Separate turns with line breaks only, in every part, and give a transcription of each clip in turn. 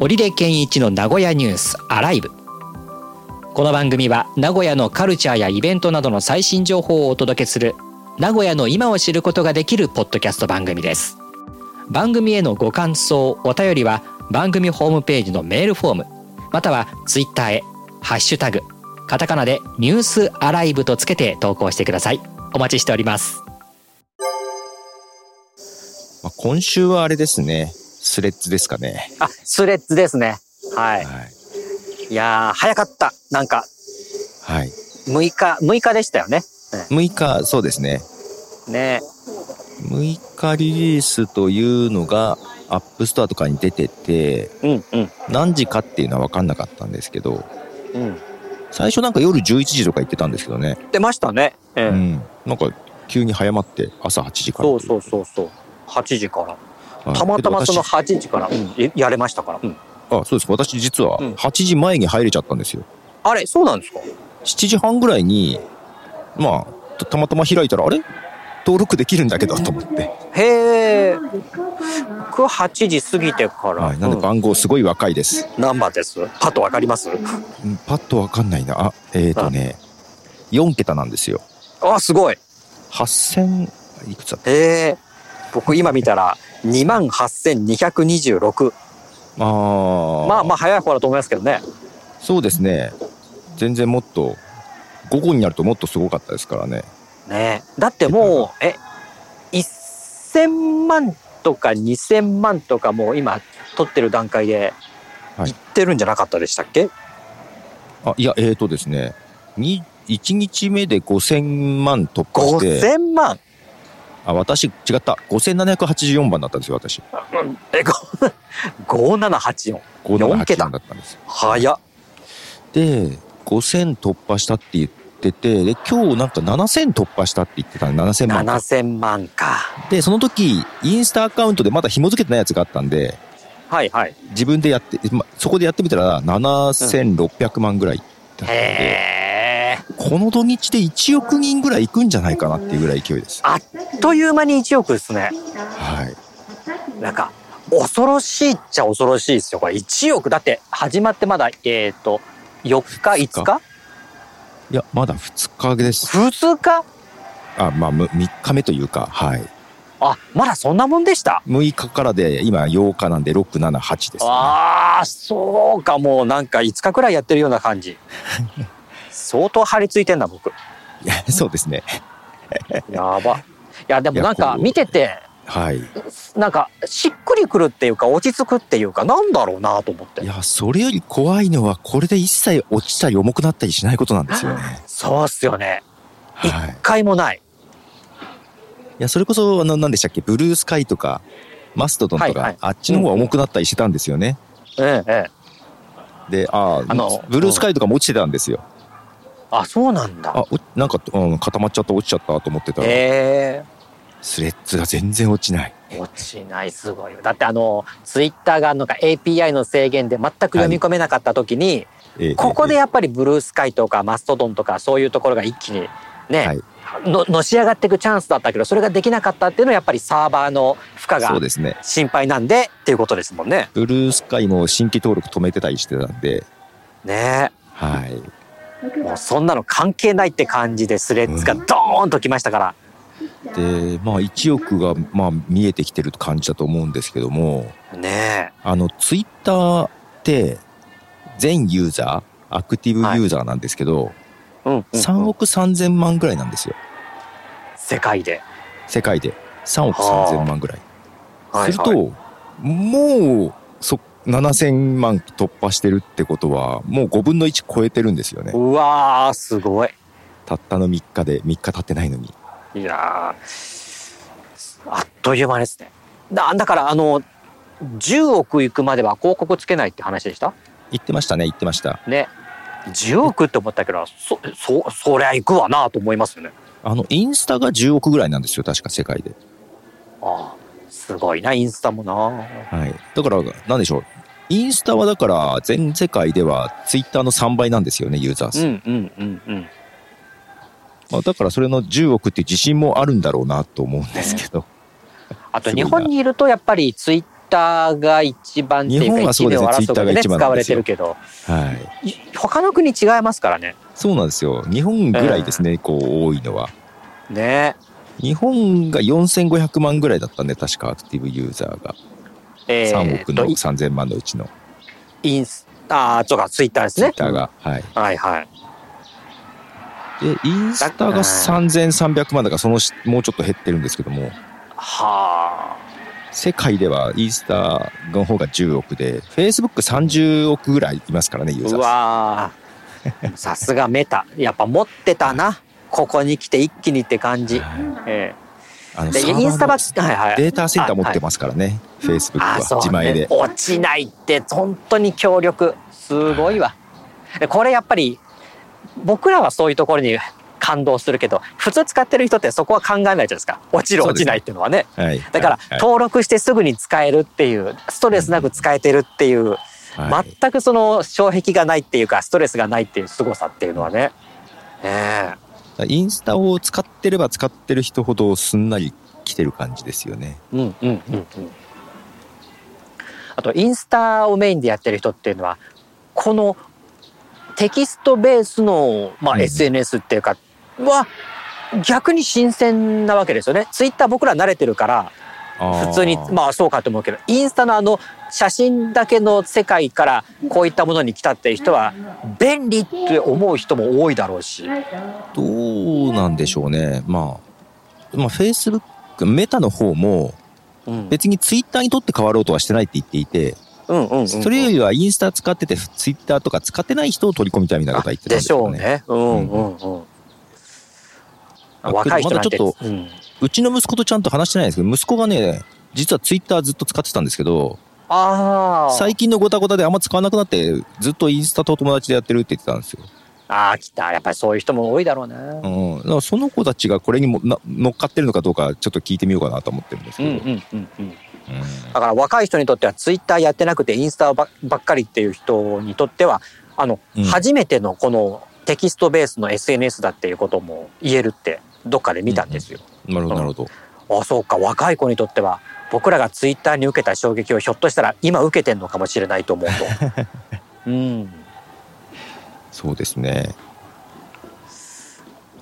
織出健一の名古屋ニュースアライブこの番組は名古屋のカルチャーやイベントなどの最新情報をお届けする名古屋の今を知ることができるポッドキャスト番組です番組へのご感想お便りは番組ホームページのメールフォームまたはツイッターへハッシュタグカタカナでニュースアライブとつけて投稿してくださいお待ちしております
まあ、今週はあれですね。スレッズですかね。
あスレッズですねはい
はい。
いやー早かったなんか
はい。
6日6日でしたよね
6日、そうですね。
ね
6日リリースというのが、アップストアとかに出てて、
うんうん
何時かっていうのは分かんなかったんですけど、
うん
最初なんか夜11時とか言ってたんですけどね。
出ましたねええ
うん。なんか、急に早まって、朝8時から
そ
という
そうそうそう8時から
はい
たまたまその
け
8時から、うんやれましたから、
ど私あ、そうです。私実は
うん
8時前に入れちゃったんですよ。
あれそうなんですか
7時半ぐらいに、まあ、たたまたま開いたら、あれ登録できるんだけどと思って。
へえ僕は8時過ぎてから、
はい。なんで番号すごい若いです。
うん何番ですパッとわかります
うんパッとわかんないな。あ、えっ、とね、4桁なんですよ。
あすごい
8000、いくつだっ
へえ僕今見たら2万8226
たあ
まあまあ早い方だと思いますけどね
あ、そうですね。全然もっと、午後になるともっとすごかったですからね。
ねえだってもうえ1000万とか2000万とかもう今取ってる段階で
はい
いってるんじゃなかったでしたっけ、
あ、いや、えっ、とですね、に1日目で5000万突破して、
5000万
あ、私、違った。5784番だったんですよ、私。
え 五5784 4桁
5784だったんですよ。
早っ
で、5000突破したって言ってて、で、今日なんか7000突破したって言ってたの7000万。
7000万か
で、その時、インスタアカウントでまだ紐付けてないやつがあったんで、
はいはい
自分でやって、ま、そこでやってみたら7600万ぐらいだったんで、
へえ
この土日で1億人ぐらい行くんじゃないかなっていうぐらい勢いです。
あっという間に1億ですね
はい。
なんか恐ろしいっちゃ恐ろしいですよこれ1億だって始まってまだえっ、と4日5日
いや、まだ2日です。
2日
あ、まあ、む3日目というか、はい。
あまだそんなもんでした
6日からで、今8日なんで、6、7、8です、ね。
ああそうかもうなんか5日くらいやってるような感 じ相当張り付いてんな僕
いや そうですね。
やばいやでもなん
いや
か
こう
見てて
はい。い
なんかしっくりくるっていうか落ち着くっていうかなんだろうなと思って
や、それより怖いのは、これで一切落ちたり重くなったりしないことなんですよね。
そうっすよね
はい。い
一回もない
や、それこそ、あの、何でしたっけ、ブルースカイとか、マストドンとか、
はいはい
あっちの方が重くなったりしてたんですよね。
ええええ
で、ああ
あの
ブルースカイとかも落ちてたんですよ。
あそうなんだ
あ、おなんか、うん、固まっちゃった、落ちちゃったと思ってたら、
へ
スレッズが全然落ちない。
え落ちないすごいよだってあのツイッターがなんか API の制限で全く読み込めなかった時に、
えー
ここで
え
やっぱりブルースカイとかマストドンとかそういうところが一気にね、
はい
ののし上がっていくチャンスだったけどそれができなかったっていうのはやっぱりサーバーの負荷
ーそう
が
ですね。
心配なんでっていうことですもんね。
ブルースカイも新規登録止めてたりしてたんで、
ね
はい。
えもうそんなの関係ないって感じでスレッズがドーンときましたから、
で、まあ、1億が、まあ、見えてきてる感じだと思うんですけども、
ね
あの、ツイッターって、全ユーザー、アクティブユーザーなんですけど、
え、うんうん
3億3000万ぐらいなんですよ。
世界で。
世界で。3億3000万ぐらい。
はいはい
すると、もうそ7000万突破してるってことはもう5分の1超えてるんですよね
うわーすごい。
たったの3日で3日経ってないのに
いやーあっという間ですね。だだからあの10億いくまでは広告つけないって話でした
言ってましたね言ってました
ね。10億って思ったけどそそそりゃ行くわなと思いますよね。
あのインスタが10億ぐらいなんですよ確か世界で、
ああすごいなインスタもな。
はい、だからなんでしょうインスタはだから全世界ではツイッターの3倍なんですよねユーザー
う
数、
んうんうんうん。
まあ、だからそれの10億っていう自信もあるんだろうなと思うんですけど、
あと
す
日
ごいな
本にいるとやっぱりツイッターターが一番っていう
日
か
本は
一
そう
年
で
を
すね
争うことで
Twitter が一
使
番なん
わ
で
れ
す
て
よ
るけど
はい。
い他の国違いますからね
そうなんですよ。日本ぐらいですね、こう、多いのは。
ね
日本が4500万ぐらいだったんで、確かアクティブユーザーが。
え
3
ー
億
と
の
イ
3000万のうちの
インスああそうかツイッターです
ツイッ
ね
ターが。はい。
はいはい
で、インスタ
だ
が3300万だから、そのし、もうちょっと減ってるんですけども、
は
世界ではインスタの方が10億で、Facebook30 億ぐらいいますからね、ユー
あ
ザ
う
ーさん。
わーさすがメタやっぱ持ってたなここに来て一気にって感 じ、
はい
え
あ
ー
の、
で
サーバーの
インスタばっかはいはい
データセンター持ってますからね、Facebook
あ
は
そう
自前で。
落ちないって本当に強力すごいわでこれやっぱり僕らはそういうところに感動するけど普通使ってる人ってそこは考えないじゃないですか落ちる
そう
落
です
ちないっていうのはね
はい。
だから
はい
登録してすぐに使えるっていうストレスなく使えてるっていう
はい
全くその障壁がないっていうかストレスがないっていう凄さっていうのはねね
インスタを使ってれば使ってる人ほどすんなり来てる感じですよね。
えうんうんうんうんあとインスタをメインでやってる人っていうのはこのテキストベースの、ま
う
あ、
ん
SNS っていうかは逆に新鮮なわけですよね。ツイッター僕ら慣れてるから普通にまあそうかと思うけどインスタのあの写真だけの世界からこういったものに来たっていう人は便利って思う人も多いだろうし。
どうなんでしょうね。まあ、まあ、Facebook、メタの方も
うん
別にツイッターにとって変わろうとはしてないって言っていて、
うんうんうん
それよりはインスタ使っててツイッターとか使ってない人を取り込みたいみたいなことは言ってたん
で
で
し
すよ
ょう
ね。
ね。うんうんうん。若い人なんて
まだちょっ
うん
うちの息子とちゃんと話してないんですけど、息子がね、実はツイッターずっと使ってたんですけど、
あー
最近のごたごたであんま使わなくなって、ずっとインスタと友達でやってるって言ってたんですよ。
あー来たやっぱりそういう人も多いだろうね。
うん、だからその子たちがこれにもな乗っかってるのかどうかちょっと聞いてみようかなと思ってるんです
う
け
ん
ど、
うんうんうん。
うん
だから若い人にとってはツイッターやってなくてインスタばばっかりっていう人にとってはあの、
うん
初めてのこのテキストベースの SNS だっていうことも言えるってどっかで見たんですよ。
なるほどなるほど、
あそうか若い子にとっては僕らがツイッターに受けた衝撃をひょっとしたら今受けてんのかもしれないと思うと。うん。
そうですね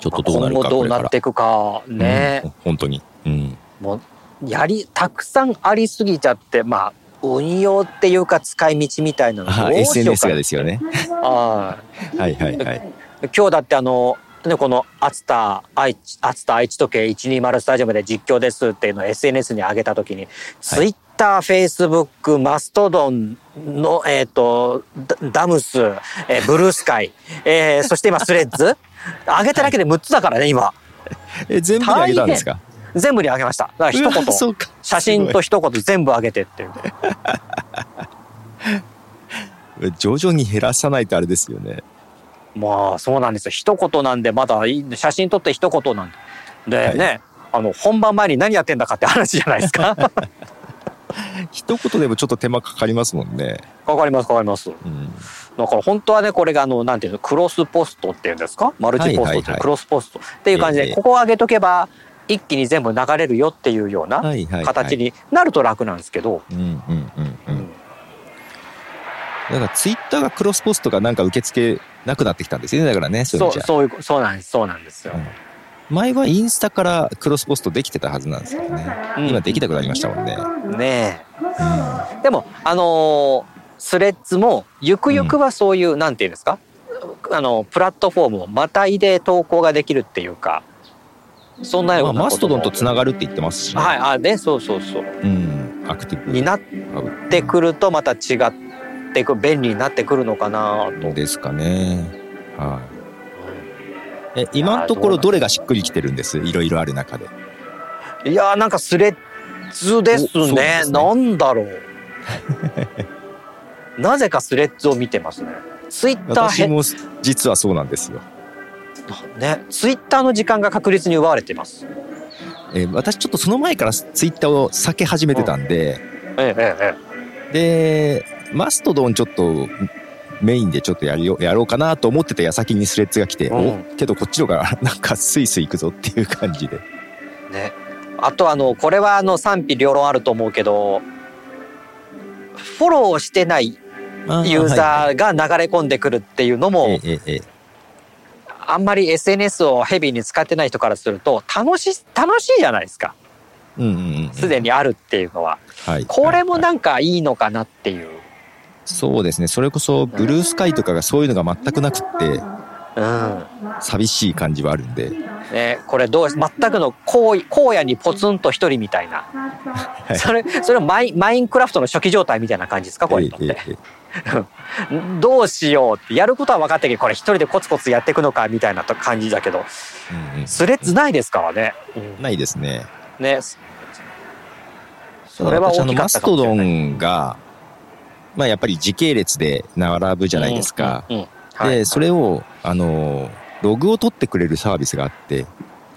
ちょっ
まあ
とどうな
今
る
後
か
ど
こ
う
れか
なっ
ら、
ていくかね
うん、、本当に、うん、
もうやりたくさんありすぎちゃってまあ運用っていうか使い道みたいなの
あ
どうしよう
SNS
か
が
な
ですよね
あ
はいはいはい
ー今日だってあのねこの熱田愛知熱田愛知時計120スタジアムで実況ですっていうのを SNS に上げた時に、ツイッター、フェイスブック、マストドンの、えっ、と、ダダムス、えーブルースカイ、えーそして今スレッズ、 上げただけで6つだからね、今。
え全部にあげたんですか
全部に上げました。だから一
うわそ
言、
うか
写真と一言全部上げてっていう。
すごい徐々に減らさないとあれですよね
まあそうなんですよ一言なんでまだいい写真撮って一言なんで
は
で
い
ね、あの本番前に何やってんだかって話じゃないですか わ
一言でもちょっと手間かかりますもんね、
かりますわかります
うん、
だから本当はねこれがあのなんていうのクロスポストっていうんですかマルチポスト
はい
っ
はい
て
はい
クロスポストっていう感じ
え
で
え
ここを上げとけば一気に全部流れるよっていうような
はいはい、はい、
形になると楽なんですけど、
うんうんうんう
うん
んだからツイッターがクロスポストがなんか受け付けなくなってきたんですよねだからねそう
そう
いう意味じゃ
そういうそうなんですそうなんですよ、
前はインスタからクロスポストできてたはずなんですけどね
うん
今できなくなりましたもんね、
ねえでもあのースレッズもゆくゆくはそういう、なんていうんですかあのプラットフォームをまたいで投稿ができるっていうかそんなよう
ま
な
あ、マストドンと
こ
つながるって言ってますし、
とはいあでそうそうそう
うんアクティブ
になっ
ハブ
てくるとまた違ってく便利になってくるのかなと、
ですかねはいえ今のところどれがしっくりきてるんですいろいろある中で
いやーなんかスレッズです
おそう
ね
ですね
なんだ ろうなぜかスレッズを見てますねツイッター
私も実はそうなんですよ、
ね、ツイッターの時間が確実に奪われています。
えー私ちょっとその前からツイッターを避け始めてたんで、
ええええ。
でマストドンちょっとメインでちょっとやりよやろうかなと思ってた矢先にスレッズが来て、
うん
おけどこっちの方がなんかスイスイ行くぞっていう感じで
ね。あとあのこれはあの賛否両論あると思うけど、フォローしてないユーザーが流れ込んでくるっていうのも、
ええええ
あんまり SNS をヘビーに使ってない人からすると楽しい楽しいじゃないですか
うんうんうん
すでにあるっていうのは
はい
これも
はい
なんかいいのかなっていう、
そうですねそれこそブルースカイとかがそういうのが全くなくって
うん
寂しい感じはあるんで、
ね、これどう全くの荒荒野にポツンと一人みたいな、
い
それそれマイマインクラフトの初期状態みたいな感じですかこういうのって、
ええええ
どうしようってやることは分かってるけどこれ一人でコツコツやっていくのかみたいなと感じだけど
うん
スレッズないですからね、うん
ないですね。
ねそれは
私あ
大
の
きか
マ
った
ス
かも
ト
しれ
ド
ない
ンが、まあ、やっぱり時系列で並ぶじゃないですか。
うんうんうんはい
で、それを、あの、ログを取ってくれるサービスがあって、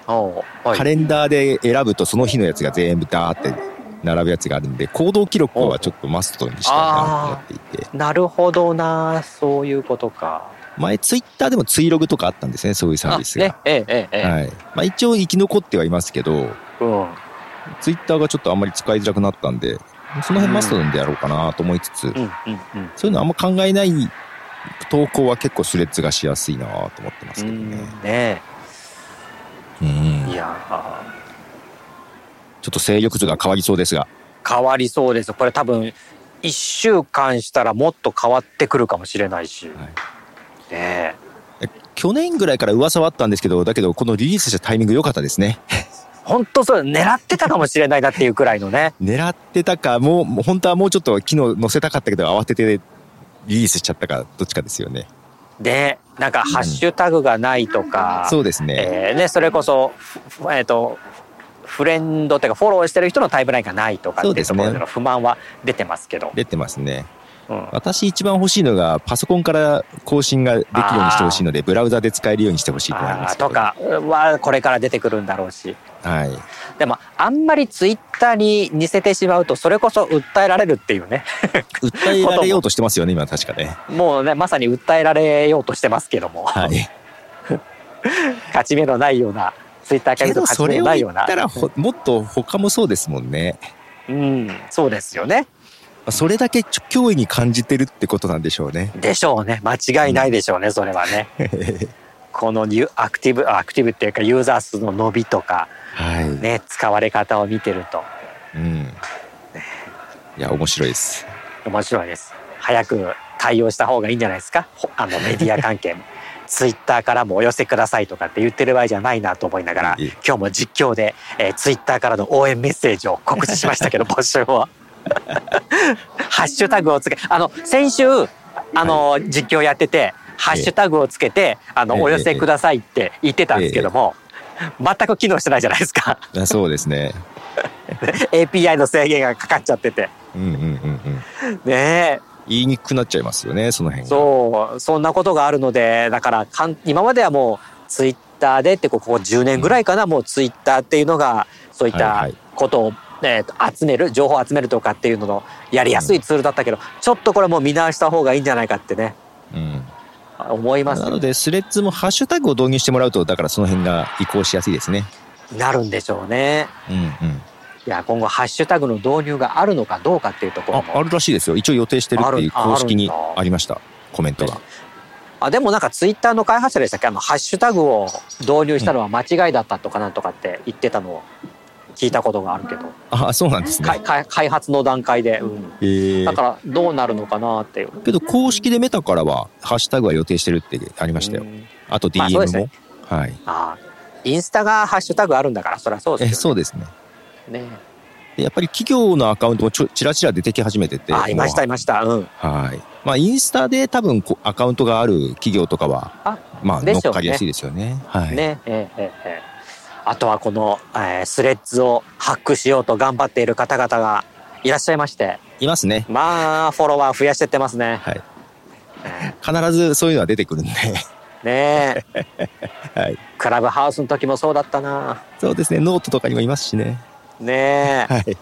おうはい
カレンダーで選ぶとその日のやつが全部ダーって並ぶやつがあるんで、行動記録はちょっとマストドンにしたいなと思っていて、
なるほどなそういうことか
前ツイッターでもツイログとかあったんですね、そういうサービスが。
あねえええええ、
はい。まあ一応生き残ってはいますけど、
うん
ツイッターがちょっとあんまり使いづらくなったんで、その辺マストドンでやろうかなと思いつつ、
うんうんうん
そういうのあんま考えない投稿は結構スレッズがしやすいなと思ってますけど
う
ね。
んね
うん
いやー
ちょっと勢力図が変わりそうですが。
変わりそうですこれ多分1週間したらもっと変わってくるかもしれないし、
はい
ねえ
去年ぐらいから噂はあったんですけど、だけどこのリリースしたタイミング良かったですね。
本当そう狙ってたかもしれないなっていうくらいのね
狙ってたか、もう、もう本当はもうちょっと機能載せたかったけど、慌ててリリースしちゃったか、どっちかですよね。
でなんかハッシュタグがないとか、
そうですね。
えーね、それこそ、ふふえー、とフレンドっていうかフォローしてる人のタイムラインがないとか
そう
ってい
で
う
す
と
ね
ころでの不満は出てますけど。
出てますね。
うん
私一番欲しいのが、パソコンから更新ができるようにしてほしいので、ブラウザで使えるようにしてほしいと思いま
あー
すけど
と。かはこれから出てくるんだろうし
はい。
でもあんまりツイッターに似せてしまうとそれこそ訴えられるっていうね
訴えられようとしてますよね、今確かね。
もうねまさに訴えられようとしてますけども、
はい。
勝ち目のないようなツイッター
け
けど
ど
勝ち
そ
目
れ
の
を
ない
言
ような
ったらほもっと他もそうですもんね
うんそうですよね
それだけちょ脅威に感じてるってことなんでしょうね
でしょうね間違いないでしょうね、それはねこのユアクティブアクティブっていうかユーザー数の伸びとか
はい、
ね使われ方を見てると
うんいや面白いです
面白いです早く対応した方がいいんじゃないですかほあのメディア関 係もツイッターからもお寄せくださいとかって言ってる場合じゃないなと思いながら
いえいえ
今日も実況で、えー、ツイッターからの応援メッセージを告知しました けど募集を ハッシュタグをつけあの先週あの、実況やっててハッシュタグをつけてあの、
ええ
お寄せくださいって言ってたんですけども、全く機能してないじゃないですか
あそうですね
API の制限がかかっちゃってて
うんうんうんうん
ねえ
言いにくくなっちゃいますよねその辺が
そうそんなことがあるのでだからかん今まではもうツイッターでってこうここ10年ぐらいかな、もうツイッターっていうのがそういっ
はい
た
はい
ことを、えーと集める情報を集めるとかっていうののやりやすいツールだったけど、ちょっとこれもう見直した方がいいんじゃないかってね
う、ん、
思います
なのでスレッズもハッシュタグを導入してもらうとだからその辺が移行しやすいですね
なるんでしょうね。
うんうん
いや今後ハッシュタグの導入があるのかどうかっていうところ
あ
も
あるらしいですよ一応予定してるっていう
あるあ
公式に
あるんだ
ありましたコメントが
あでもなんかツイッターの開発者でしたっけあのハッシュタグを導入したのは間違いだったとかなんとかって言ってたのを聞いたことがあるけど。
あそうなんですね
開開開発の段階で、うん
えー
だからどうなるのかなっていう。
けど公式でメタからはハッシュタグは予定してるってありましたよ、
うん
あと
ま
DM も、
あそうですね
はい
あーインスタがハッシュタグあるんだからそりゃそう
え
です
そ
よ
うですね
ね。ね
でやっぱり企業のアカウントもちょちらちら出てき始めてて
あいましたい
も
ました。うん。
うはいまあインスタで多分こうアカウントがある企業とかは
あ
まあ
でし
乗
ょうね
っかりやすいですよねはい
ねええええ。あとはこの、えースレッズをハックしようと頑張っている方々がいらっしゃいまして、
いますね
まあフォロワー増やしてってますね。
はい必ずそういうのは出てくるんで
ねえ。
はい
クラブハウスの時もそうだったな。
そうですねノートとかにもいますしね
ねえ。
はい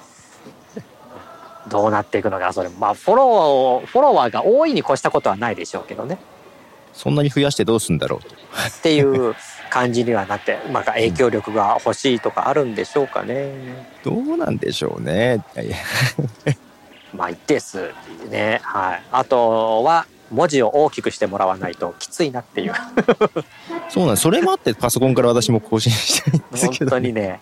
どうなっていくのかそれまあフォローをフォロワーが多いに越したことはないでしょうけどね
そんなに増やしてどうすんだろうと
っていう感じにはなってまあ影響力が欲しいとかあるんでしょうかね
どうなんでしょうねいやいや
まあ一定数ね、はい、あとは文字を大きくしてもらわないときついなっていう
そうなんですそれもあってパソコンから私も更新したいんです
本
けど
当にね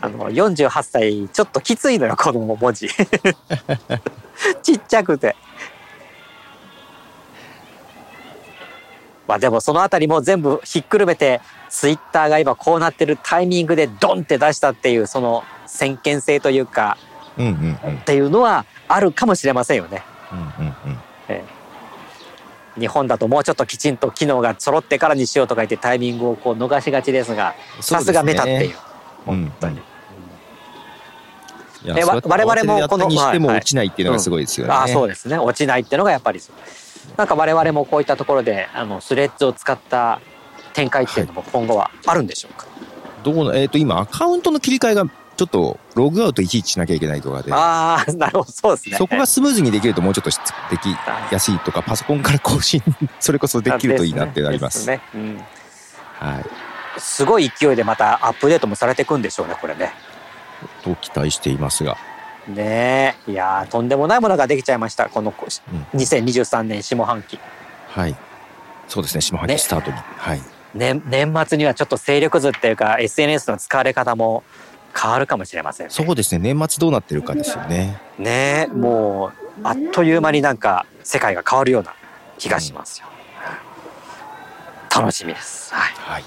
あの48歳ちょっときついのよこの文字 ちっちゃくてまあでもそのあたりも全部ひっくるめてツイッターが今こうなってるタイミングでドンって出したっていうその先見性というか
うんうんうんうんうん
っていうのはあるかもしれませんよね
うん
日本だともうちょっときちんと機能が揃ってからにしようとか言ってタイミングをこう逃しがちですがさすがメタっていう。
本当に。いや
えわ
そうやって
我々もこの
慌ててやったにしても
はい
落ちないっていうのがすごいですよね。
ああそうですね落ちないってのがやっぱりそうなんか我々もこういったところであのスレッズを使った展開っていうのも今後はあるんでしょうか、
どこのえっ、と今アカウントの切り替えがちょっとログアウトいちいちしなきゃいけないとかで、
ああなるほどそうですね
そこがスムーズにできるともうちょっとしできやすいとかパソコンから更新 それこそできるといいなってなりま
で
す。
すねうん
はい。
すごい勢いでまたアップデートもされていくんでしょうねこれね
と期待していますが、
ねえいやーとんでもないものができちゃいましたこの
うん
2023年下半期
はい。そうですね島原
ね
スタートに、はい。
年年末にはちょっと勢力図っていうか SNS の使われ方も変わるかもしれませんね
そうですね年末どうなってるかですよね。
ねえもうあっという間になんか世界が変わるような気がしますよ、楽しみですはい
はい。